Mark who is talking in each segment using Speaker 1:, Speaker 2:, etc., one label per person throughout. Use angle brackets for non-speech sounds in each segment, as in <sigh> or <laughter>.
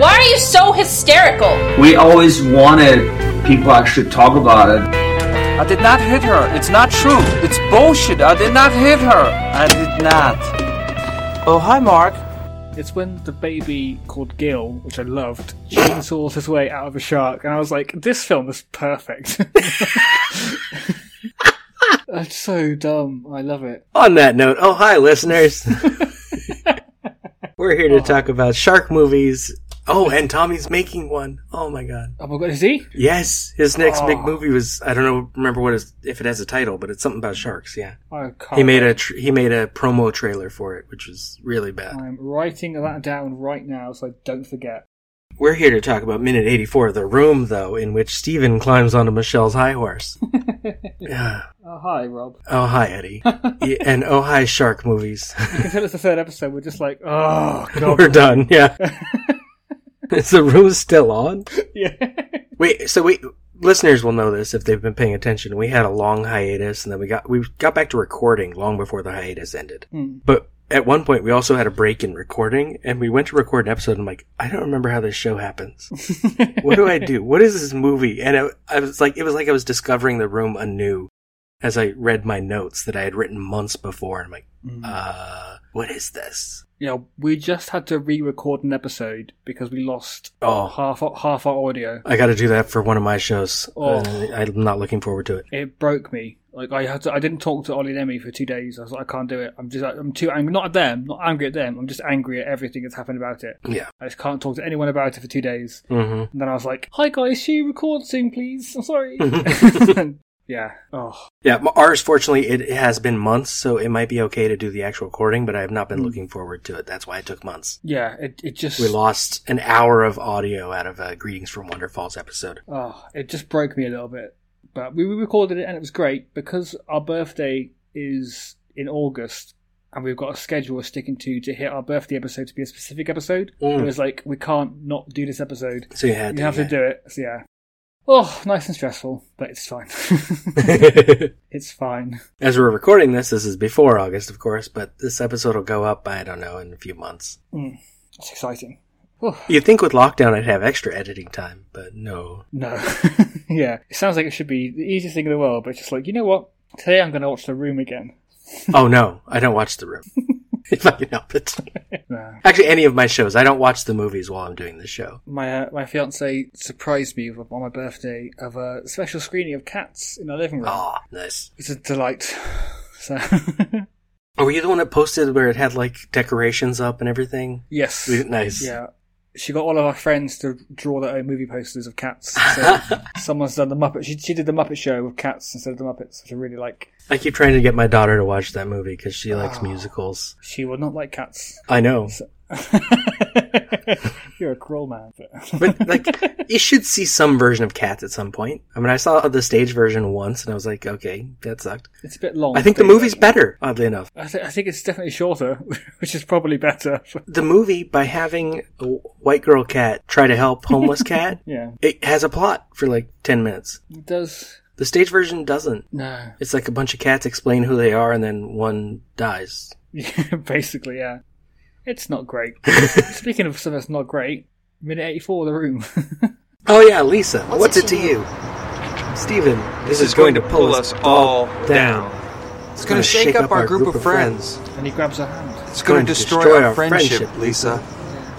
Speaker 1: Why are you so hysterical?
Speaker 2: We always wanted people actually talk about it.
Speaker 3: I did not hit her. It's not true. It's bullshit. I did not hit her. I did not. Oh, hi, Mark.
Speaker 4: It's when the baby called Gil, which I loved, chainsaws his way out of a shark, and I was like, this film is perfect. <laughs> That's so dumb. I love it.
Speaker 5: On that note, oh hi listeners. <laughs> We're here to talk about shark movies. Oh, and Tommy's making one. Oh my god.
Speaker 4: Oh my god, is he?
Speaker 5: Yes, his next big movie was I don't know remember what is if it has a title, but it's something about sharks, yeah.
Speaker 4: I can't.
Speaker 5: He made a tr- he made a promo trailer for it, which was really bad.
Speaker 4: I'm writing that down right now so I don't forget.
Speaker 5: We're here to talk about minute 84 of The Room though, in which Steven climbs onto Michelle's high horse. Yeah.
Speaker 4: Oh, hi, Rob.
Speaker 5: oh hi Eddie. Yeah, and oh hi shark movies. <laughs>
Speaker 4: You can tell it's the third episode. We're just like, oh, God.
Speaker 5: We're done, <laughs> yeah. is The Room still on?
Speaker 4: yeah.
Speaker 5: Wait, so we listeners will know this if they've been paying attention. We had a long hiatus, and then we got we got back to recording long before the hiatus ended. But at one point, we also had a break in recording, and we went to record an episode. And I'm like, I don't remember how this show happens. what do I do? What is this movie? And I, I was like, it was like I was discovering the room anew as I read my notes that I had written months before. And I'm like, uh, what is this?
Speaker 4: Yeah, we just had to re-record an episode because we lost
Speaker 5: Oh.
Speaker 4: half half our audio.
Speaker 5: I got to do that for one of my shows.
Speaker 4: Oh.
Speaker 5: and I'm not looking forward to it.
Speaker 4: It broke me. Like I had to, I didn't talk to Ollie and Emmy for two days. I was like, I can't do it. I'm just, I'm too angry. Not at them. Not angry at them. I'm just angry at everything that's happened about it.
Speaker 5: Yeah.
Speaker 4: I just can't talk to anyone about it for two days.
Speaker 5: hmm
Speaker 4: And then I was like, Hi guys, she record soon, please. I'm
Speaker 5: <laughs>
Speaker 4: sorry. <laughs> yeah. Oh,
Speaker 5: Yeah, m- ours fortunately it it has been months, so it might be okay to do the actual recording, but I have not
Speaker 4: Mm.
Speaker 5: been looking forward to it. That's why it took months.
Speaker 4: yeah. It, it just,
Speaker 5: We lost an hour of audio out of a Greetings from Wonder Falls episode.
Speaker 4: oh, it just broke me a little bit. But we recorded it and it was great because our birthday is in August. And we've got a schedule we're sticking to to hit our birthday episode to be a specific episode. It was like we can't not do this episode.
Speaker 5: So you had
Speaker 4: You have
Speaker 5: yeah.
Speaker 4: to do it. So yeah. Oh, nice and stressful, but it's fine. <laughs> it's fine.
Speaker 5: As we're recording this, this is before August, of course, but this episode will go up, I don't know, in a few months.
Speaker 4: It's exciting.
Speaker 5: You'd think with lockdown I'd have extra editing time, but no.
Speaker 4: No. <laughs> yeah. It sounds like it should be the easiest thing in the world, but it's just like, you know what? Today I'm going to watch The Room again.
Speaker 5: oh no, I don't watch The Room. if I can help it. Actually, any of my shows. I don't watch the movies while I'm doing the show.
Speaker 4: My uh, my fiance surprised me with- on my birthday of a special screening of Cats in our living room.
Speaker 5: Ah, nice.
Speaker 4: It's a delight. <laughs> So
Speaker 5: Oh, were you the one that posted where it had like decorations up and everything?
Speaker 4: yes,
Speaker 5: Nice.
Speaker 4: yeah. She got all of our friends to draw their own movie posters of Cats.
Speaker 5: <laughs>
Speaker 4: So someone's done the Muppet. She, she did the Muppet Show with Cats instead of the Muppets, which I really like.
Speaker 5: I keep trying to get my daughter to watch that movie because she likes musicals.
Speaker 4: She will not like cats. <laughs>
Speaker 5: I know,
Speaker 4: You're a cruel man. But...
Speaker 5: but like, you should see some version of Cats at some point. I mean, I saw the stage version once, and I was like, okay, that sucked.
Speaker 4: <laughs> It's a bit long.
Speaker 5: I think the
Speaker 4: but-
Speaker 5: movie's better, oddly enough.
Speaker 4: I, th- I think it's definitely shorter, <laughs> which is probably better. <laughs>
Speaker 5: The movie, by having a white girl cat try to help homeless cat,
Speaker 4: yeah,
Speaker 5: it has a plot for like ten minutes.
Speaker 4: it does.
Speaker 5: The stage version doesn't.
Speaker 4: No,
Speaker 5: It's like a bunch of cats explain who they are, and then one dies.
Speaker 4: <laughs> basically, yeah. It's not great. Speaking of something that's not great, minute eighty-four, the room. <laughs>
Speaker 5: Oh yeah, Lisa. What's, it to you? Steven, this, is going, to pull us all down.
Speaker 3: It's going to shake up our group of friends.
Speaker 4: and he grabs her hand,
Speaker 3: It's going to destroy our friendship, Lisa.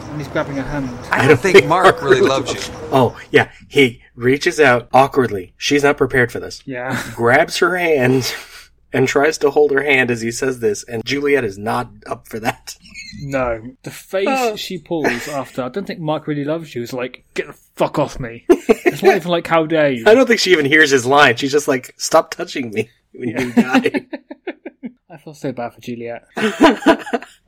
Speaker 4: and he's grabbing her hand.
Speaker 3: I don't think Mark really <laughs> loves you.
Speaker 5: Oh, yeah. He reaches out awkwardly. She's not prepared for this.
Speaker 4: Yeah,
Speaker 5: Grabs her hand <laughs> and tries to hold her hand as he says this, and Juliet is not up for that.
Speaker 4: <laughs>
Speaker 5: <laughs>
Speaker 4: no. The face she pulls after. I don't think Mark really loves you. Is like, get the fuck off me. It's not even like, how dare you?
Speaker 5: <laughs> I don't think she even hears his line. She's just like, stop touching me when you die.
Speaker 4: I feel so bad for Juliet.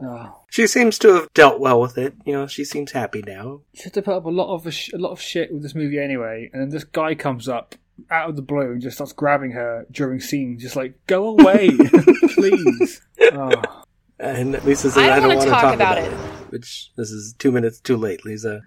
Speaker 4: oh.
Speaker 5: She seems to have dealt well with it. You know, she seems happy now.
Speaker 4: She had to put up a lot of a lot of shit with this movie anyway, and then this guy comes up out of the blue and just starts grabbing her during scenes, just like go away, <laughs> please. Oh.
Speaker 5: And Lisa says,
Speaker 1: I don't
Speaker 5: I don't,
Speaker 1: wanna
Speaker 5: want to
Speaker 1: talk
Speaker 5: talk,
Speaker 1: about
Speaker 5: about,
Speaker 1: it."
Speaker 5: it. Which this is two minutes too late, Lisa.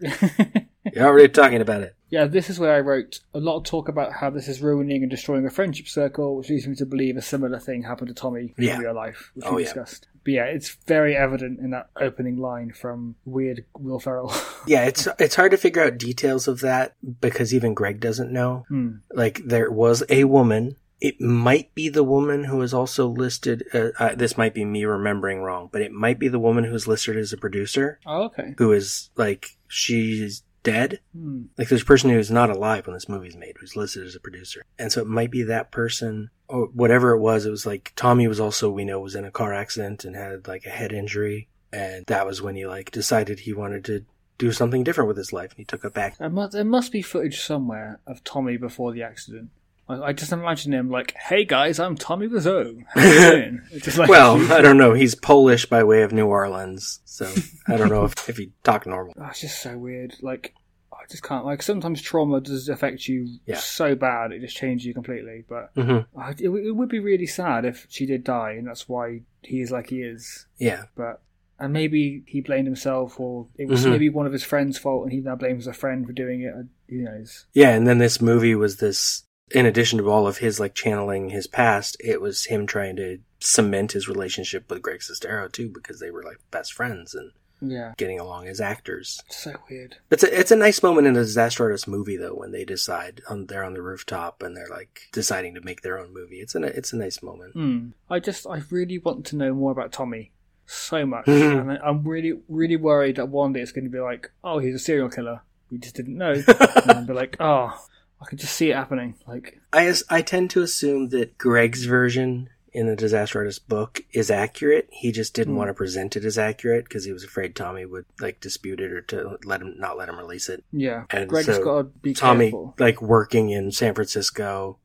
Speaker 5: You're already talking about it.
Speaker 4: Yeah, this is where I wrote a lot of talk about how this is ruining and destroying a friendship circle, which leads me to believe a similar thing happened to Tommy
Speaker 5: Yeah.
Speaker 4: in real life, which
Speaker 5: Oh,
Speaker 4: we
Speaker 5: yeah.
Speaker 4: discussed. But yeah, it's very evident in that opening line from weird Will Ferrell. <laughs>
Speaker 5: Yeah, it's it's hard to figure out details of that because even Greg doesn't know.
Speaker 4: Hmm.
Speaker 5: Like there was a woman. It might be the woman who is also listed. Uh, uh, this might be me remembering wrong, but it might be the woman who's listed as a producer,
Speaker 4: oh, okay.
Speaker 5: who is like she's dead.
Speaker 4: Hmm.
Speaker 5: Like there's a person who's not alive when this movie's made, who's listed as a producer, and so it might be that person or whatever it was. It was like Tommy was also we know was in a car accident and had like a head injury, and that was when he like decided he wanted to do something different with his life, and he took
Speaker 4: <laughs>
Speaker 5: it back.
Speaker 4: There must, there must be footage somewhere of Tommy before the accident. I, I just imagine him like, "Hey guys, I'm Tommy Wiseau. How you
Speaker 5: <laughs>
Speaker 4: doing?" It's just like,
Speaker 5: Well, uh, I don't know. He's Polish by way of New Orleans, so I don't know if, if he talked normal.
Speaker 4: Oh, it's just so weird. Like, I just can't. Like, sometimes trauma does affect you
Speaker 5: Yeah.
Speaker 4: so bad it just changes you completely. But
Speaker 5: hmm
Speaker 4: I- it, w- it would be really sad if she did die, and that's why he is like he is.
Speaker 5: Yeah,
Speaker 4: But and maybe he blamed himself, or it was
Speaker 5: Mhm.
Speaker 4: maybe one of his friend's fault, and he now blames a friend for doing it. and Who knows?
Speaker 5: yeah. And then this movie was this. In addition to all of his like channeling his past, it was him trying to cement his relationship with Greg Sestero too, because they were like best friends and
Speaker 4: Yeah,
Speaker 5: getting along as actors.
Speaker 4: it's so weird.
Speaker 5: It's a it's a nice moment in a disaster artist movie though when they decide on they're on the rooftop and they're like deciding to make their own movie. It's a ni- it's a nice moment.
Speaker 4: Hmm. I just, I really want to know more about Tommy so much,
Speaker 5: Mhm.
Speaker 4: and I- I'm really, really worried that one day it's going to be like, oh, he's a serial killer. We just didn't
Speaker 5: <laughs>
Speaker 4: know, and I'll be like, oh, I can just see it happening. Like,
Speaker 5: I as- I tend to assume that Greg's version in the disaster artist book is accurate. He just didn't
Speaker 4: Hmm.
Speaker 5: want to present it as accurate because he was afraid Tommy would like dispute it or to let him not let him release it.
Speaker 4: yeah,
Speaker 5: And
Speaker 4: Greg's
Speaker 5: so
Speaker 4: got to be
Speaker 5: Tommy
Speaker 4: careful.
Speaker 5: like working in San Francisco,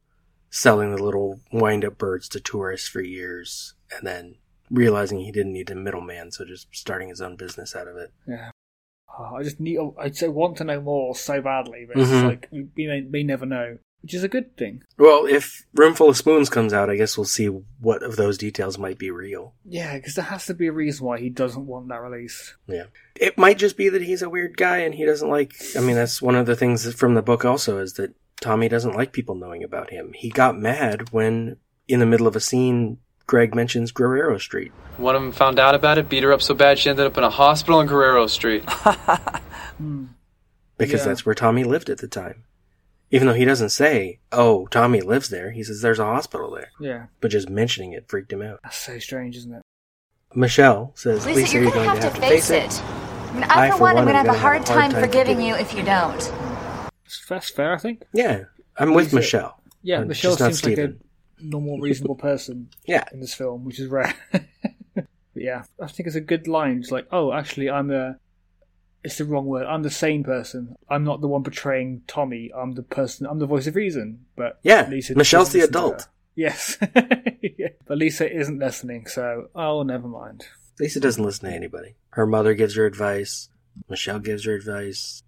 Speaker 5: selling the little wind up birds to tourists for years, and then realizing he didn't need a middleman, so just starting his own business out of it.
Speaker 4: Yeah. Oh, I just need. I so want to know more so badly, but it's
Speaker 5: Mhm.
Speaker 4: like we, we may, may never know, which is a good thing.
Speaker 5: Well, if Roomful of Spoons comes out, I guess we'll see what of those details might be real.
Speaker 4: Yeah, because there has to be a reason why he doesn't want that release.
Speaker 5: Yeah. It might just be that he's a weird guy and he doesn't like I mean that's one of the things that- from the book also is that Tommy doesn't like people knowing about him. He got mad when in the middle of a scene Greg mentions Guerrero Street.
Speaker 6: One of them found out about it, beat her up so bad she ended up in a hospital on Guerrero Street.
Speaker 5: because
Speaker 4: Yeah.
Speaker 5: that's where Tommy lived at the time. Even though he doesn't say, "Oh, Tommy lives there," he says there's a hospital there.
Speaker 4: Yeah,
Speaker 5: But just mentioning it freaked him out.
Speaker 4: that's so strange, isn't it?
Speaker 5: Michelle says, "Lisa, you're, going to have to face it."
Speaker 7: I mean,
Speaker 5: I,
Speaker 7: I, for
Speaker 5: for
Speaker 7: one, am
Speaker 5: one,
Speaker 7: going to
Speaker 5: am
Speaker 7: have
Speaker 5: gonna
Speaker 7: a hard time forgiving you if you don't.
Speaker 4: It's- That's fair, I think.
Speaker 5: Yeah, I'm with
Speaker 4: Lisa-
Speaker 5: Michelle.
Speaker 4: Yeah,
Speaker 5: And
Speaker 4: Michelle
Speaker 5: she's not
Speaker 4: seems like
Speaker 5: Steven.
Speaker 4: a normal, reasonable person
Speaker 5: Yeah,
Speaker 4: in this film, which is rare. <laughs> but yeah, I think it's a good line. It's like, oh, actually, I'm a. It's the wrong word. I'm the sane person. I'm not the one betraying Tommy. I'm the person. I'm the voice of reason. But
Speaker 5: Yeah, Michelle's
Speaker 4: doesn't
Speaker 5: the
Speaker 4: listen to
Speaker 5: adult.
Speaker 4: her. Yes, <laughs> Yeah. but Lisa isn't listening. So, oh, never mind.
Speaker 5: Lisa doesn't listen to anybody. Her mother gives her advice. Michelle gives her advice.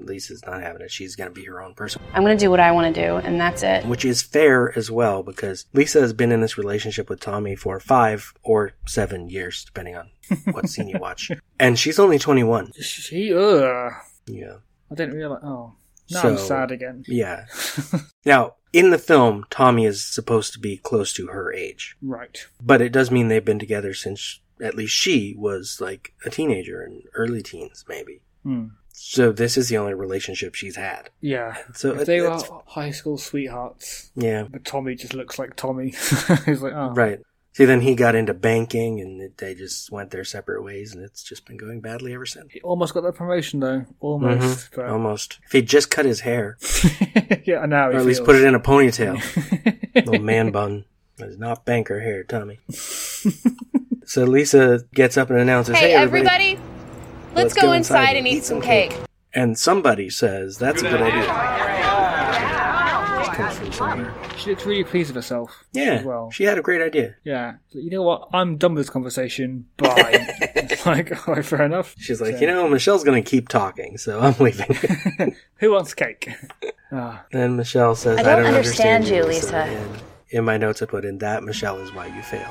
Speaker 5: Lisa's not having it. She's going to be her own person,
Speaker 8: I'm going to do what I want to do, and that's it.
Speaker 5: which is fair as well because Lisa has been in this relationship with Tommy for five or seven years, depending on what scene you watch. And she's only 21.
Speaker 4: She. Ugh.
Speaker 5: Yeah.
Speaker 4: I didn't realize. Oh, now
Speaker 5: So-
Speaker 4: I'm sad again.
Speaker 5: Yeah. now, in the film, Tommy is supposed to be close to her age,
Speaker 4: Right.
Speaker 5: but it does mean they've been together since at least she was like a teenager and early teens, maybe.
Speaker 4: Hmm.
Speaker 5: So this is the only relationship she's had.
Speaker 4: Yeah.
Speaker 5: So
Speaker 4: if
Speaker 5: it-
Speaker 4: they were
Speaker 5: it's-
Speaker 4: high school sweethearts,
Speaker 5: Yeah.
Speaker 4: but Tommy just looks like Tommy. <laughs> He's like, oh,
Speaker 5: Right. See, then he got into banking and it- they just went their separate ways and it's just been going badly ever since.
Speaker 4: He almost got that promotion though. Almost.
Speaker 5: Mhm. Almost. If he just cut his hair,
Speaker 4: But... <laughs> yeah, I know.
Speaker 5: or Um, at least put it in
Speaker 4: <laughs>
Speaker 5: a ponytail. little man bun. Does not bank her hair, Tommy. so Lisa gets up and announces,
Speaker 1: Hey,
Speaker 5: "Hey, everybody!"
Speaker 1: everybody, let's, go, inside, and eat some cake.
Speaker 5: And somebody says, "That's a good idea." Which comes from
Speaker 4: Sure. She looked really pleased with herself.
Speaker 5: Yeah,
Speaker 4: As well.
Speaker 5: she had a great idea.
Speaker 4: Yeah. So, you know what? I'm done with this conversation.
Speaker 5: <laughs>
Speaker 4: Bye. <laughs> It's like, all right, fair enough.
Speaker 5: She's like, you know, Michelle's going to keep talking, so I'm leaving.
Speaker 4: <laughs> Who wants cake? <laughs> Ah.
Speaker 5: then Michelle says,
Speaker 7: I
Speaker 5: I
Speaker 7: don't
Speaker 5: don't,
Speaker 7: understand you, Lisa.
Speaker 5: And in my notes, I put in that Michelle is why you fail.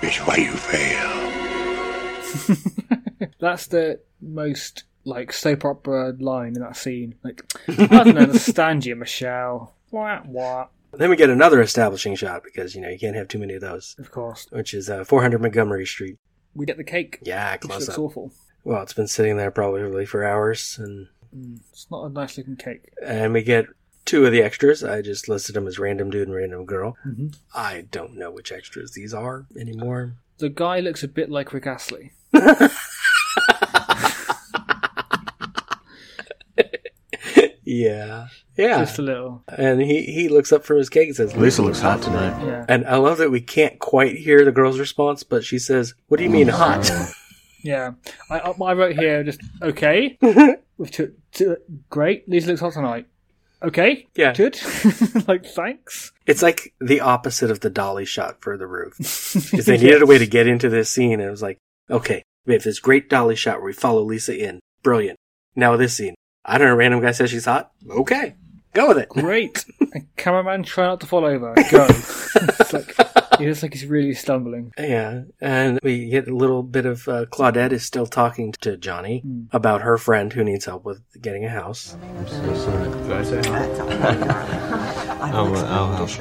Speaker 9: It's why you fail.
Speaker 4: That's the most like soap opera line in that scene. Like, I
Speaker 5: <laughs>
Speaker 4: don't understand you, Michelle. What? What?
Speaker 5: Then we get another establishing shot because, you know, you can't have too many of those.
Speaker 4: Of course.
Speaker 5: Which is uh, 400 Montgomery Street.
Speaker 4: We get the cake.
Speaker 5: Yeah,
Speaker 4: which
Speaker 5: close
Speaker 4: looks
Speaker 5: up.
Speaker 4: awful.
Speaker 5: Well, it's been sitting there probably for hours. And,
Speaker 4: Mm, It's not a nice looking cake.
Speaker 5: and we get two of the extras. I just listed them as random dude and random girl.
Speaker 4: Mhm.
Speaker 5: I don't know which extras these are anymore.
Speaker 4: The guy looks a bit like Rick Astley.
Speaker 5: Yeah. Yeah.
Speaker 4: Just a little.
Speaker 5: And he, he looks up from his cake and says,
Speaker 10: Lisa looks hot tonight.
Speaker 4: Yeah.
Speaker 5: And I love that we can't quite hear the girl's response, but she says, What do you mean hot?
Speaker 4: Yeah. I, I I wrote here just, okay. With two, two, great. Lisa looks hot tonight. Okay.
Speaker 5: <laughs> Yeah.
Speaker 4: Good. <laughs> like, thanks.
Speaker 5: It's like the opposite of the dolly shot for the roof. Because they needed a way to get into this scene, and it was like, okay, we have this great dolly shot where we follow Lisa in. Brilliant. Now this scene. I don't know, random guy says she's hot. Okay. Go with
Speaker 4: <laughs>
Speaker 5: it.
Speaker 4: Great. And cameraman, try not to fall over.
Speaker 5: <laughs>
Speaker 4: Go. it's like, it looks like he's really stumbling.
Speaker 5: Yeah, and we get a little bit of uh, Claudette is still talking to Johnny about her friend who needs help with getting a house.
Speaker 9: Did I say I'll, I'll help.
Speaker 4: Is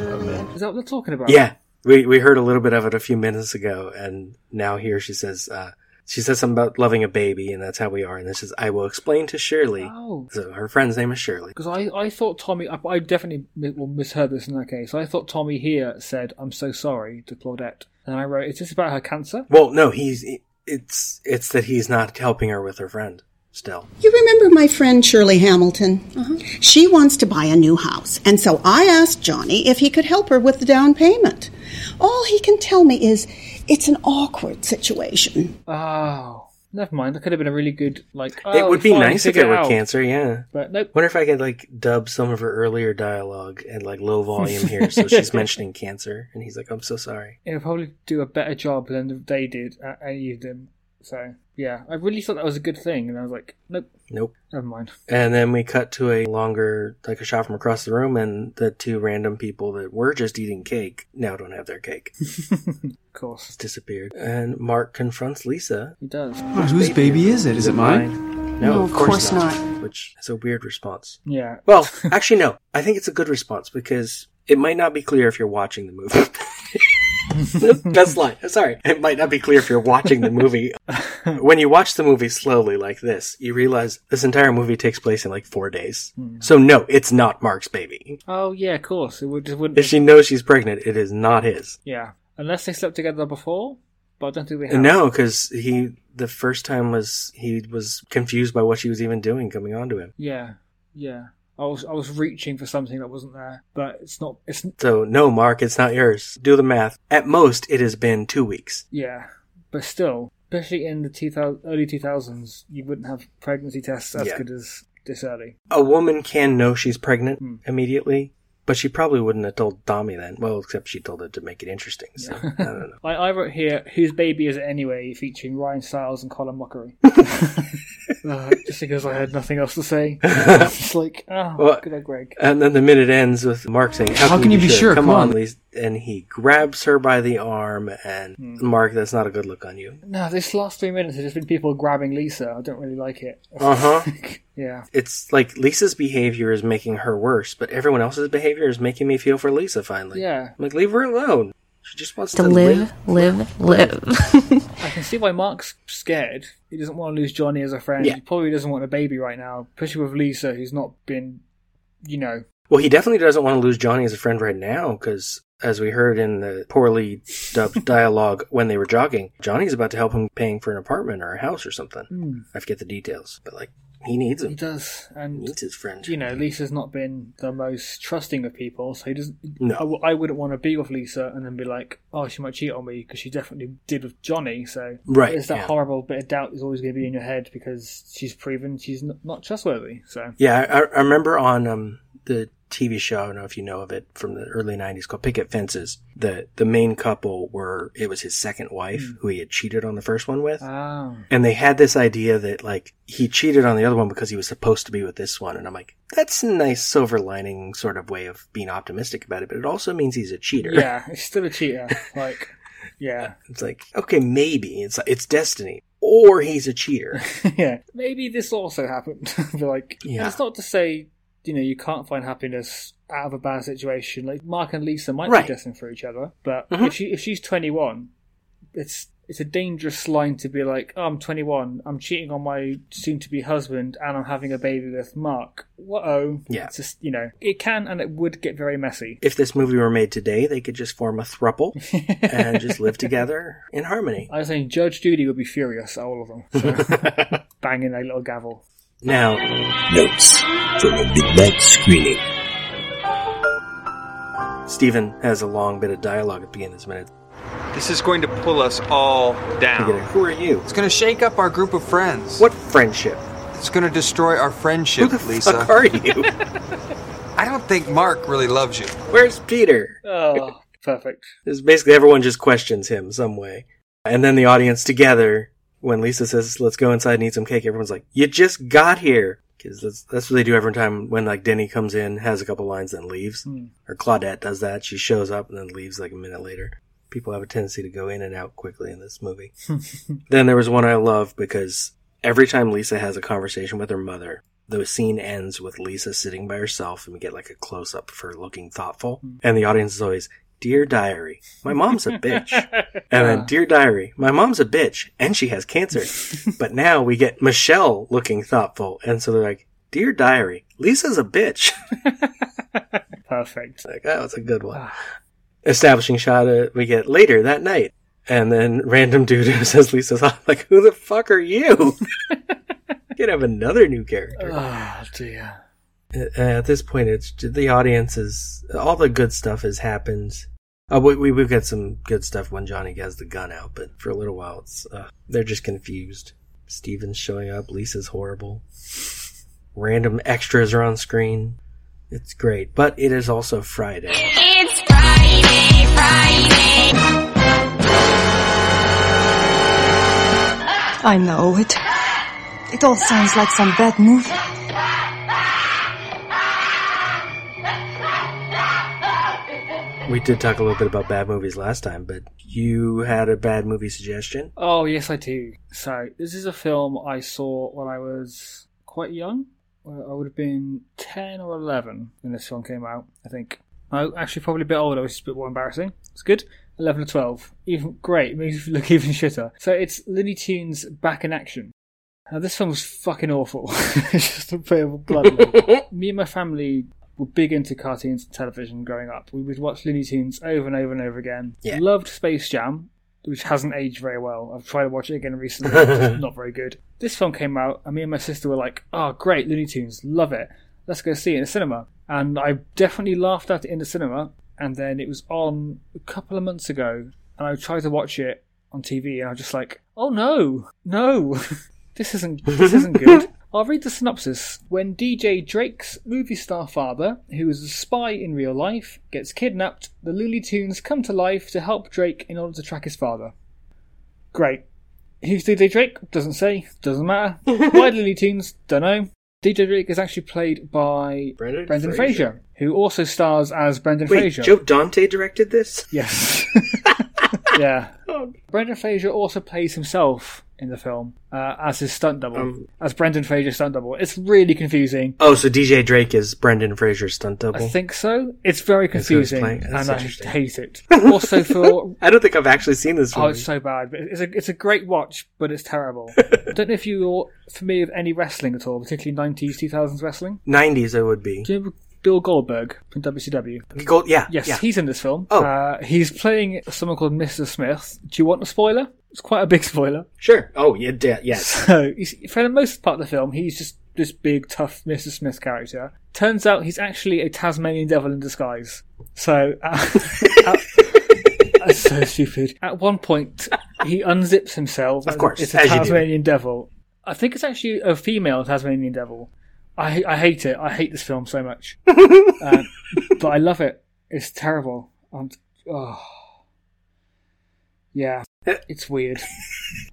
Speaker 4: that what they're talking about?
Speaker 5: Yeah, we we heard a little bit of it a few minutes ago, and now here she says uh, she says something about loving a baby, and that's how we are. And this is I will explain to Shirley.
Speaker 4: Oh.
Speaker 5: So her friend's name is Shirley.
Speaker 4: Because I, I thought Tommy, I, I definitely mi- well, misheard this in that case. I thought Tommy here said, I'm so sorry to Claudette. And I wrote, is this about her cancer?
Speaker 5: Well, no, he's it's it's that he's not helping her with her friend still.
Speaker 11: You remember my friend Shirley Hamilton? She wants to buy a new house, and so I asked Johnny if he could help her with the down payment. All he can tell me is it's an awkward situation.
Speaker 4: Oh, never mind. That could have been a really good, like,
Speaker 5: it
Speaker 4: oh,
Speaker 5: would be
Speaker 4: fine,
Speaker 5: nice if
Speaker 4: figure
Speaker 5: it were
Speaker 4: out.
Speaker 5: cancer, yeah.
Speaker 4: But nope.
Speaker 5: Wonder if I could like dub some of her earlier dialogue and like low volume
Speaker 4: <laughs>
Speaker 5: here, so she's mentioning cancer, and he's like, "I'm so sorry."
Speaker 4: It'll probably do a better job than they did at any of them. So, yeah, I really thought that was a good thing. And I was like, nope,
Speaker 5: Nope.
Speaker 4: never mind.
Speaker 5: And then we cut to a longer, like a shot from across the room, and the two random people that were just eating cake now don't have their cake.
Speaker 10: <laughs>
Speaker 4: Of course.
Speaker 5: It's disappeared. And Mark confronts Lisa.
Speaker 4: He does.
Speaker 10: Oh, whose baby is it? Is it mine?
Speaker 5: No, of course, not. Which is a weird response.
Speaker 4: Yeah.
Speaker 5: Well, actually, no. I think it's a good response because it might not be clear if you're watching the movie. <laughs> Best line. Sorry. It might not be clear if you're watching the movie. when you watch the movie slowly like this, you realize this entire movie takes place in like four days. So, no, it's not Mark's baby.
Speaker 4: Oh, yeah, of course. It would, just wouldn't.
Speaker 5: If she knows she's pregnant, it is not his.
Speaker 4: Yeah. Unless they slept together before, but I don't think they have.
Speaker 5: No, because he, the first time was, he was confused by what she was even doing coming onto him.
Speaker 4: Yeah, yeah. I was I was reaching for something that wasn't there, but it's not. It's
Speaker 5: So, no, Mark, it's not yours. Do the math. At most, it has been two weeks.
Speaker 4: yeah, but still, especially in the 2000, early two thousands, you wouldn't have pregnancy tests as
Speaker 5: Yeah.
Speaker 4: good as this early.
Speaker 5: A woman can know she's pregnant immediately, but she probably wouldn't have told Dommy then. Well, except she told it to make it interesting. So, I don't know.
Speaker 4: I, I wrote here, "Whose baby is it anyway?" featuring Ryan Stiles and Colin Mockery. Uh, just because I had nothing else to say, it's like, oh,
Speaker 5: Well,
Speaker 4: good old Greg.
Speaker 5: And then the minute ends with Mark saying, "How, can, you be sure? Come, on, Lisa." And he grabs her by the arm, and Mark, that's not a good look on you.
Speaker 4: No, this last three minutes has just been people grabbing Lisa. I don't really like it.
Speaker 5: Uh huh.
Speaker 4: <laughs> Yeah,
Speaker 5: it's like Lisa's behavior is making her worse, but everyone else's behavior is making me feel for Lisa. Finally,
Speaker 4: yeah.
Speaker 5: I'm like leave her alone. She just wants to,
Speaker 12: To live, live, live.
Speaker 4: I can see why Mark's scared. He doesn't want to lose Johnny as a friend.
Speaker 5: Yeah.
Speaker 4: He probably doesn't want a baby right now, especially with Lisa, who's not been, you know.
Speaker 5: Well, he definitely doesn't want to lose Johnny as a friend right now because, as we heard in the poorly
Speaker 4: <laughs>
Speaker 5: dubbed dialogue when they were jogging, Johnny's about to help him paying for an apartment or a house or something.
Speaker 4: Hmm.
Speaker 5: I forget the details, but like he needs
Speaker 4: He
Speaker 5: him.
Speaker 4: does,
Speaker 5: He
Speaker 4: and
Speaker 5: needs his friend.
Speaker 4: you know, Lisa's not been the most trusting of people, so he doesn't.
Speaker 5: No.
Speaker 4: I, w- I wouldn't want to be with Lisa and then be like, "Oh, she might cheat on me," because she definitely did with Johnny. So
Speaker 5: Right,
Speaker 4: there's that
Speaker 5: yeah.
Speaker 4: horrible bit of doubt is always going to be in your head because she's proven she's n- not trustworthy. So
Speaker 5: Yeah, I, I remember on um, the TV show. I don't know if you know of it from the early '90s called Picket Fences. the The main couple were it was his second wife
Speaker 4: Hmm.
Speaker 5: who he had cheated on the first one with,
Speaker 4: Oh.
Speaker 5: and they had this idea that like he cheated on the other one because he was supposed to be with this one. And I'm like, that's a nice silver lining sort of way of being optimistic about it, but it also means he's a cheater.
Speaker 4: Yeah, he's still a cheater. Like, yeah.
Speaker 5: It's like, okay, maybe it's it's destiny, or he's a cheater.
Speaker 4: yeah. Maybe this also happened. <laughs> But, like,
Speaker 5: Yeah.
Speaker 4: and it's not to say you know you can't find happiness out of a bad situation. Like Mark and Lisa might
Speaker 5: Right.
Speaker 4: be destined for each other, but if she if she's twenty one, it's it's a dangerous line to be like, oh, I'm 21, I'm cheating on my soon to be husband, and I'm having a baby with Mark. What oh?
Speaker 5: Yeah.
Speaker 4: It's just, you know, it can and it would get very messy.
Speaker 5: If this movie were made today, they could just form a thruple and just live together in harmony.
Speaker 4: I was saying Judge Judy would be furious at all of them. So, banging a little gavel.
Speaker 5: Now,
Speaker 13: notes from a midnight screening.
Speaker 5: Stephen has a long bit of dialogue at the end of this minute.
Speaker 14: This is going to pull us all down.
Speaker 5: Who are you?
Speaker 14: It's going to shake up our group of friends.
Speaker 5: What friendship?
Speaker 14: It's going to destroy our friendship, Lisa.
Speaker 5: fuck are
Speaker 14: <laughs>
Speaker 5: you?
Speaker 14: I don't think Mark really loves you.
Speaker 5: Where's Peter?
Speaker 4: Oh, perfect.
Speaker 5: It's basically everyone just questions him some way. And then the audience together, when Lisa says, let's go inside and eat some cake, everyone's like, you just got here. Because that's, that's what they do every time when like Denny comes in, has a couple lines, then leaves.
Speaker 4: Hmm.
Speaker 5: Or Claudette does that. She shows up and then leaves like a minute later. People have a tendency to go in and out quickly in this movie. Then there was one I love because every time Lisa has a conversation with her mother, the scene ends with Lisa sitting by herself and we get like a close up of her looking thoughtful. And the audience is always, Dear Diary, my mom's a bitch. and then, Dear Diary, my mom's a bitch and she has cancer. but now we get Michelle looking thoughtful. And so they're like, Dear Diary, Lisa's a bitch. <laughs> <sighs>
Speaker 4: Perfect.
Speaker 5: Like, oh, it's a good one. Establishing shot uh, we get later that night. And then <laughs> random dude who says Lisa's hot, like, who the fuck are you? you could have another new character.
Speaker 4: Oh dear.
Speaker 5: Uh, at this point, it's the audience is all the good stuff has happened. Uh, we, we we've got some good stuff when Johnny has the gun out, but for a little while, it's uh, they're just confused. Steven's showing up. Lisa's horrible. Random extras are on screen. It's great, but it is also Friday.
Speaker 7: It's Friday, Friday.
Speaker 15: I know it. It all sounds like some bad movie.
Speaker 5: We did talk a little bit about bad movies last time, but you had a bad movie suggestion.
Speaker 4: Oh, yes, I do. So, this is a film I saw when I was quite young. Well, I would have been 10 or 11 when this film came out, I think. No, actually, probably a bit older, which is a bit more embarrassing. It's good. 11 or 12. Even Great. It makes you look <laughs> even shitter. So, it's Looney Tunes Back in Action. Now, this film was fucking awful. <laughs> it's just a bit of a blood loop. Me and my family were big into cartoons and television growing up. We would watch Looney Tunes over and over and over again.
Speaker 5: Yeah.
Speaker 4: Loved Space Jam, which hasn't aged very well. I've tried to watch it again recently. it's just not very good. This film came out, and me and my sister were like, oh, great, Looney Tunes, love it. Let's go see it in the cinema. And I definitely laughed at it in the cinema. And then it was on a couple of months ago, and I tried to watch it on TV, and I was just like, oh no, no. <laughs> this isn't this isn't
Speaker 5: <laughs>
Speaker 4: good. I'll read the synopsis. When DJ Drake's movie star father, who is a spy in real life, gets kidnapped, the Looney Tunes come to life to help Drake in order to track his father. Great. Who's DJ Drake? Doesn't say. Doesn't matter.
Speaker 5: <laughs>
Speaker 4: Why Looney Tunes? Don't know. DJ Drake is actually played by Brendan, Fraser.
Speaker 5: Fraser.
Speaker 4: who also stars as Brendan
Speaker 5: Wait,
Speaker 4: Fraser.
Speaker 5: Joe Dante directed this?
Speaker 4: Yes. <laughs> yeah. Brendan Fraser also plays himself in the film uh, as his stunt double,
Speaker 5: Um,
Speaker 4: as Brendan Fraser's stunt double. It's really confusing.
Speaker 5: Oh, so DJ Drake is Brendan Fraser's stunt double.
Speaker 4: I think so. It's very
Speaker 5: That's who he's
Speaker 4: confusing,
Speaker 5: playing. That's
Speaker 4: and I
Speaker 5: interesting.
Speaker 4: hate <laughs> it. Also, for
Speaker 5: I don't think I've actually seen this
Speaker 4: oh,
Speaker 5: movie.
Speaker 4: it's so bad. But It's a it's a great watch, but it's <laughs> terrible. I don't know if you're familiar with any wrestling at all, particularly nineties, two thousands wrestling.
Speaker 5: 90s, it would be.
Speaker 4: Do you remember Bill Goldberg from WCW?
Speaker 5: Gold, yeah.
Speaker 4: Yes,
Speaker 5: yeah.
Speaker 4: he's in this film. Oh. Uh, he's playing someone called Mr. Smith. Do you want a spoiler? It's quite a big <laughs> spoiler.
Speaker 5: Sure. Oh, yeah, yeah, yes.
Speaker 4: <laughs> So, he's, for the most part of the film, he's just this big, tough Mr. Smith character. Turns out he's actually a Tasmanian devil in disguise. So, uh, <laughs> at- that's so stupid. At one point, he unzips himself.
Speaker 5: Of course,
Speaker 4: It's a
Speaker 5: as you do.
Speaker 4: Tasmanian devil. I think it's actually a female Tasmanian devil. I I hate it. I hate this film so much,
Speaker 5: <laughs>
Speaker 4: um, but I love it. It's terrible. I'm, oh. Yeah,
Speaker 5: Uh,
Speaker 4: it's weird.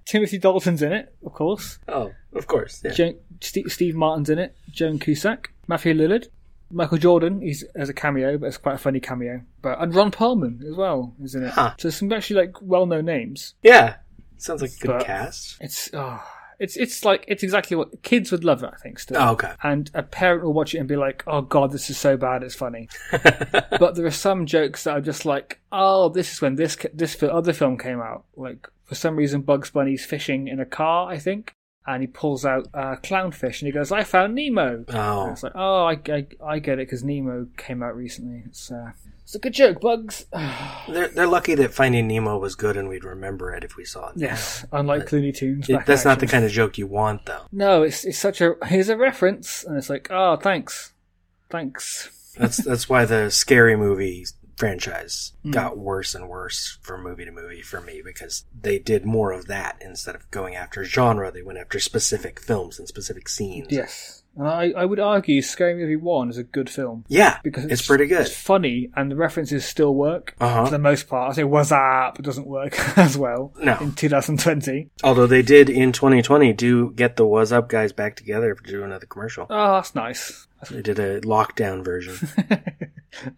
Speaker 4: Timothy Dalton's in it, of course.
Speaker 5: Oh, of course. Yeah.
Speaker 4: Jo- Ste Steve Martin's in it. Joan Cusack, Matthew Lillard, Michael Jordan. He's as a cameo, but it's quite a funny cameo. But and Ron Perlman as well is in it.
Speaker 5: Huh.
Speaker 4: So some actually like well-known names.
Speaker 5: Yeah. Sounds like a good
Speaker 4: But
Speaker 5: cast.
Speaker 4: It's oh, it's it's like it's exactly what kids would love it. I think still.
Speaker 5: Oh, okay.
Speaker 4: And a parent will watch it and be like, "Oh God, this is so bad. It's
Speaker 5: <laughs>
Speaker 4: funny." but there are some jokes that are just like, "Oh, this is when this this fil- other film came out." Like for some reason, Bugs Bunny's fishing in a car, I think, and he pulls out uh, clownfish and he goes, "I found Nemo."
Speaker 5: Oh.
Speaker 4: And it's like, oh, I I, I get it because Nemo came out recently. It's uh, it's a good joke, Bugs. <sighs>
Speaker 5: They're, they're lucky that Finding Nemo was good and we'd remember it if we saw it.
Speaker 4: yes, unlike Looney Tunes.
Speaker 5: It-
Speaker 4: back in
Speaker 5: that's not the
Speaker 4: action.
Speaker 5: kind of joke you want, though.
Speaker 4: No, it's it's such a here's a reference, and it's like, oh, thanks, thanks.
Speaker 5: That's that's why the scary movie franchise
Speaker 4: Mm.
Speaker 5: got worse and worse from movie to movie for me because they did more of that instead of going after genre. They went after specific films and specific scenes.
Speaker 4: Yes, and I, I would argue Scary Movie One is a good film.
Speaker 5: Yeah,
Speaker 4: because
Speaker 5: it's pretty good.
Speaker 4: It's funny, and the references still work
Speaker 5: Uh-huh.
Speaker 4: for the most part. I say "was up" it doesn't work <laughs> as well
Speaker 5: No.
Speaker 4: in 2020.
Speaker 5: Although they did in 2020 do get the Was Up guys back together to do another commercial.
Speaker 4: Oh, that's nice. <laughs>
Speaker 5: They did a lockdown version.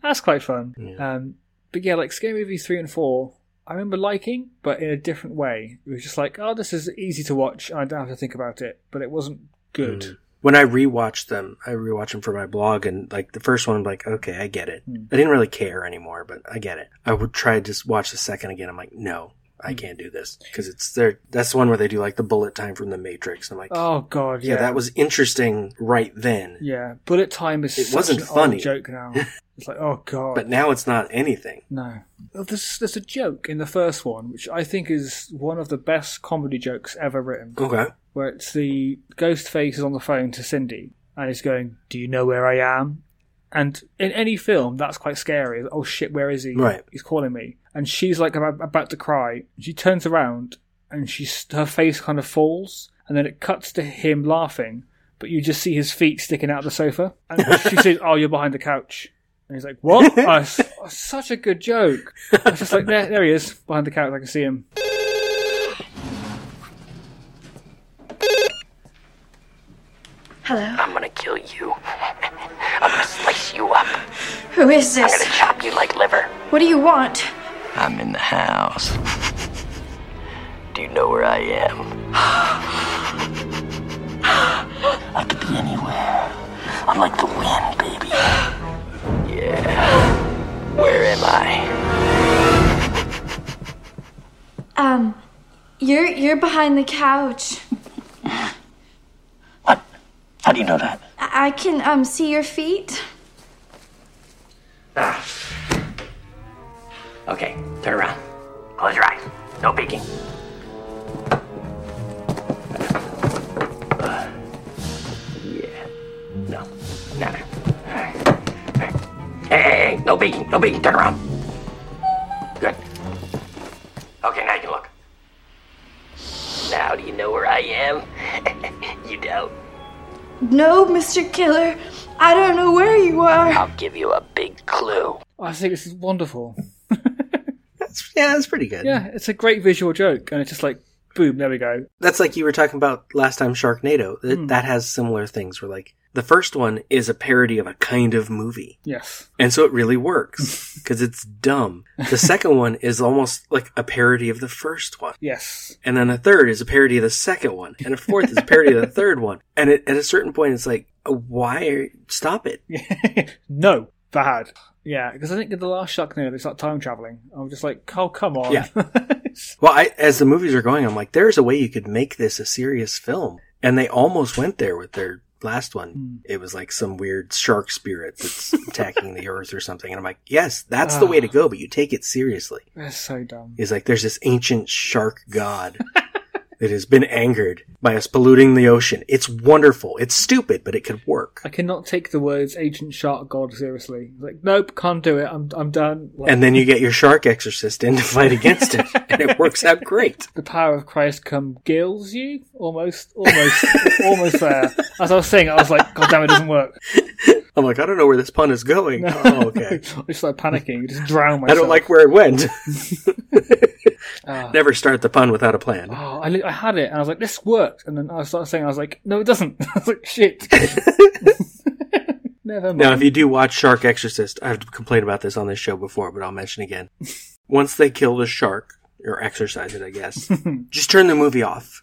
Speaker 4: That's quite fun. Um, but yeah, like Scary Movie three and four, I remember liking, but in a different way. It was just like, oh, this is easy to watch. and I don't have to think about it, but it wasn't good.
Speaker 5: Mm. When I rewatched them, I rewatched them for my blog, and like the first one, I'm like, okay, I get it.
Speaker 4: Mm.
Speaker 5: I didn't really care anymore, but I get it. I would try to just watch the second again. I'm like, no, I
Speaker 4: Mm.
Speaker 5: can't do this because it's there. That's the one where they do like the bullet time from the Matrix. I'm like,
Speaker 4: Oh god, yeah,
Speaker 5: yeah, that was interesting right then,
Speaker 4: Yeah, bullet time is
Speaker 5: It
Speaker 4: such
Speaker 5: wasn't
Speaker 4: an old
Speaker 5: funny.
Speaker 4: joke
Speaker 5: <laughs>
Speaker 4: now. It's like, oh god.
Speaker 5: but now it's not anything.
Speaker 4: no. Well, There's there's a joke in the first one which I think is one of the best comedy jokes ever written.
Speaker 5: Okay,
Speaker 4: Where it's the Ghostface is on the phone to Cindy and he's going, "Do you know where I am?" And in any film, that's quite scary. Oh shit, where is he?
Speaker 5: Right.
Speaker 4: He's calling me, and she's like about, about to cry. She turns around and she's her face kind of falls, and then it cuts to him laughing, but you just see his feet sticking out of the sofa. And she says, "Oh, you're behind the couch." And he's like, "What?" oh, it's- oh, it's such a good joke. I was just like, "There, there he is behind the couch. I can see him."
Speaker 16: Hello.
Speaker 17: I'm gonna kill you. <laughs> I'm gonna slice you up.
Speaker 16: Who is
Speaker 17: I'm
Speaker 16: this?
Speaker 17: gonna chop you like liver.
Speaker 16: What do you want?
Speaker 17: I'm in the house. Do you know where I am? I could be anywhere. I'm like the wind, baby. Yeah. Where am I?
Speaker 16: Um, you're you're behind the couch.
Speaker 17: How do you know that?
Speaker 16: I, I can um see your feet.
Speaker 17: Okay, turn around. Close your eyes. No peeking. Uh, yeah. No. No. Hey, hey, hey, no peeking. No peeking. Turn around. Good. Okay, now you can look. Now do you know where I am? <laughs> you don't.
Speaker 16: No, Mr. Killer, I don't know where you are.
Speaker 17: I'll give you a big clue.
Speaker 4: I think this is wonderful.
Speaker 5: yeah, that's pretty good.
Speaker 4: Yeah, it's a great visual joke, and it's just like, boom, there we go.
Speaker 5: That's like you were talking about last time, Sharknado. That,
Speaker 4: Mm.
Speaker 5: that has similar things where like the first one is a parody of a kind of movie.
Speaker 4: Yes.
Speaker 5: And so it really works because it's dumb. The second one is almost like a parody of the first one.
Speaker 4: Yes. <laughs>
Speaker 5: And then the third is a parody of the second one. And a fourth is a parody of the third one. And it, at a certain point, it's like, why? Are, stop it.
Speaker 4: No, bad. Yeah, because I think in the last Sharknado, it's like time traveling. I'm just like, oh, come on. <laughs>
Speaker 5: Yeah. Well, I, as the movies are going, I'm like, there's a way you could make this a serious film. And they almost went there with their last one. It was like some weird shark spirit that's attacking the earth or something. And I'm like, yes, that's the way to go, but you take it seriously.
Speaker 4: That's so dumb. <laughs>
Speaker 5: is like there's this ancient shark god that has been angered by us polluting the ocean. It's wonderful. It's stupid, but it could work.
Speaker 4: I cannot take the words ancient shark god seriously. Like, nope, can't do it. I'm, I'm done. Like,
Speaker 5: And then you get your shark exorcist in to fight against it, and it works out great.
Speaker 4: the power of Christ come gills you almost, almost, almost
Speaker 5: <laughs>
Speaker 4: there. As I was saying, I was like, God damn, it doesn't work. <laughs>
Speaker 5: I'm like, I don't know where this pun is going. Oh,
Speaker 4: <laughs>
Speaker 5: okay.
Speaker 4: I just like panicking, just drown
Speaker 5: I
Speaker 4: myself.
Speaker 5: don't like where it went.
Speaker 4: <laughs>
Speaker 5: <laughs>
Speaker 4: Ah.
Speaker 5: Never start the pun without a plan.
Speaker 4: Oh, I, li- I had it, and I was like, this worked. And then I started saying, I was like, no, it doesn't. <laughs> I was like, shit. Never mind.
Speaker 5: Now, if you do watch Shark Exorcist, I've complained about this on this show before, but I'll
Speaker 4: <laughs>
Speaker 5: mention again. Once they kill the shark, or exorcise it,
Speaker 4: <laughs>
Speaker 5: I guess, just turn the movie off.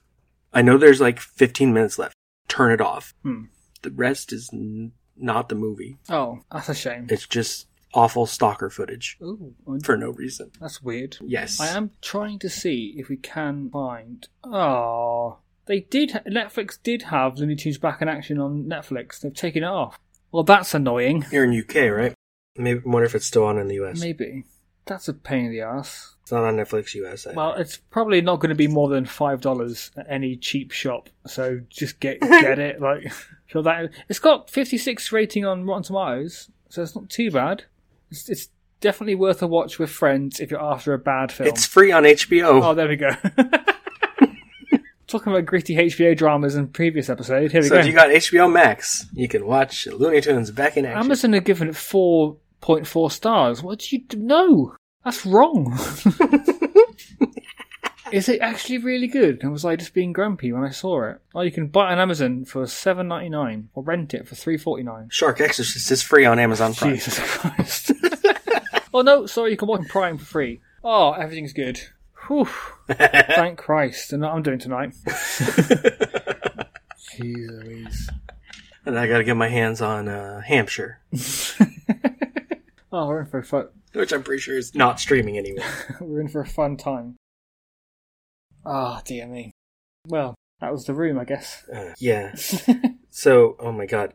Speaker 5: I know there's like 15 minutes left. Turn it off.
Speaker 4: Hmm.
Speaker 5: The rest is n- not the movie.
Speaker 4: Oh, that's a shame.
Speaker 5: It's just awful stalker footage
Speaker 4: Ooh,
Speaker 5: for no reason.
Speaker 4: that's weird.
Speaker 5: Yes.
Speaker 4: I am trying to see if we can find. Oh, they did. Netflix did have Looney Tunes back in action on Netflix. They've taken it off. Well, that's annoying.
Speaker 5: You're in UK, right? Maybe I wonder if it's still on in the US.
Speaker 4: Maybe that's a pain in the ass.
Speaker 5: It's not on Netflix US. I
Speaker 4: Well, it's probably not going to be more than five dollars at any cheap shop. So just
Speaker 5: <laughs>
Speaker 4: get get it. Like for that, it's got fifty six rating on Rotten Tomatoes, so it's not too bad. It's, it's definitely worth a watch with friends if you're after a bad film.
Speaker 5: It's free on HBO.
Speaker 4: Oh, there we go. <laughs> Talking about gritty HBO dramas in previous episode. Here we
Speaker 5: so
Speaker 4: go.
Speaker 5: if you got HBO Max, you can watch Looney Tunes back in action.
Speaker 4: Amazon have given it four point four stars. What do you d- know? That's wrong. Is it actually really good? And was I just being grumpy when I saw it? Oh, you can buy it on Amazon for seven ninety nine or rent it for three forty nine.
Speaker 5: Shark Exorcist is free on
Speaker 4: <laughs>
Speaker 5: Amazon Prime.
Speaker 4: Jesus Christ. oh no, sorry, you can watch on Prime for free. Oh, everything's good. Whew. Thank Christ. And I'm doing tonight. Jeez Louise.
Speaker 5: And I got to get my hands on uh, Hampshire,
Speaker 4: Oh, we're in for a fun,
Speaker 5: which I'm pretty sure is not streaming anywhere.
Speaker 4: <laughs> we're in for a fun time. Ah, dear me. Well, that was the room, I
Speaker 5: <laughs>
Speaker 4: guess.
Speaker 5: Uh, yeah. so, oh my god.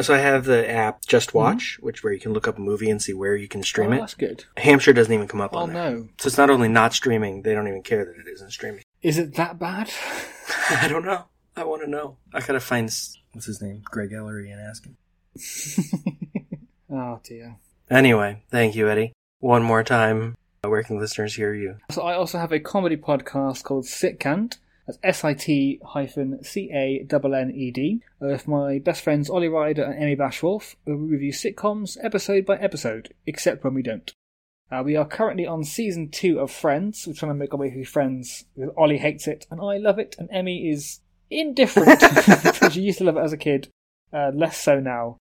Speaker 5: So I have the app
Speaker 4: Mm-hmm.
Speaker 5: Just Watch, which where you can look up a movie and see where you can stream
Speaker 4: oh,
Speaker 5: it.
Speaker 4: That's good.
Speaker 5: Hampshire doesn't even come up
Speaker 4: Oh
Speaker 5: on there.
Speaker 4: no,
Speaker 5: So it's not only not streaming; they don't even care that it isn't streaming. <laughs>
Speaker 4: is it that bad? <laughs>
Speaker 5: I don't know. I want to know. I gotta find s- what's his name, Greg Ellery, and ask him.
Speaker 4: Oh dear.
Speaker 5: Anyway, thank you, Eddie. One more time, uh, where can listeners hear you?
Speaker 4: So I also have a comedy podcast called Sitcant. That's S I T hyphen C A N N E D. uh, With my best friends Ollie Ryder and Emmy Bashwolf, where we review sitcoms episode by episode, except when we don't. Uh, we are currently on season two of Friends. We're trying to make our way through Friends. because Ollie hates it, and I love it, and Emmy is indifferent. <laughs> because she used to love it as a kid, uh, less so now.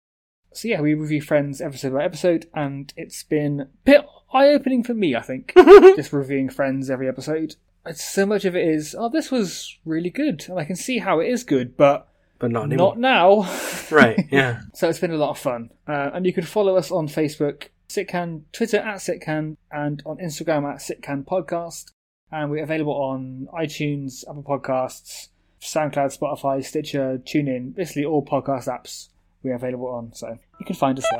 Speaker 4: So yeah, we review Friends episode by episode, and it's been a bit eye-opening for me, I think, just reviewing Friends every episode. It's, so much of it is, oh, this was really good, and I can see how it is good, but
Speaker 5: But not anymore.
Speaker 4: not now. <laughs>
Speaker 5: right? Yeah.
Speaker 4: So it's been a lot of fun. Uh, and you can follow us on Facebook, Sitcan, Twitter at Sitcan, and on Instagram at Sitcan Podcast. And we're available on iTunes, Apple Podcasts, SoundCloud, Spotify, Stitcher, TuneIn, basically all podcast apps we're available on. So you can find us there.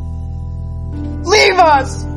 Speaker 15: Leave us!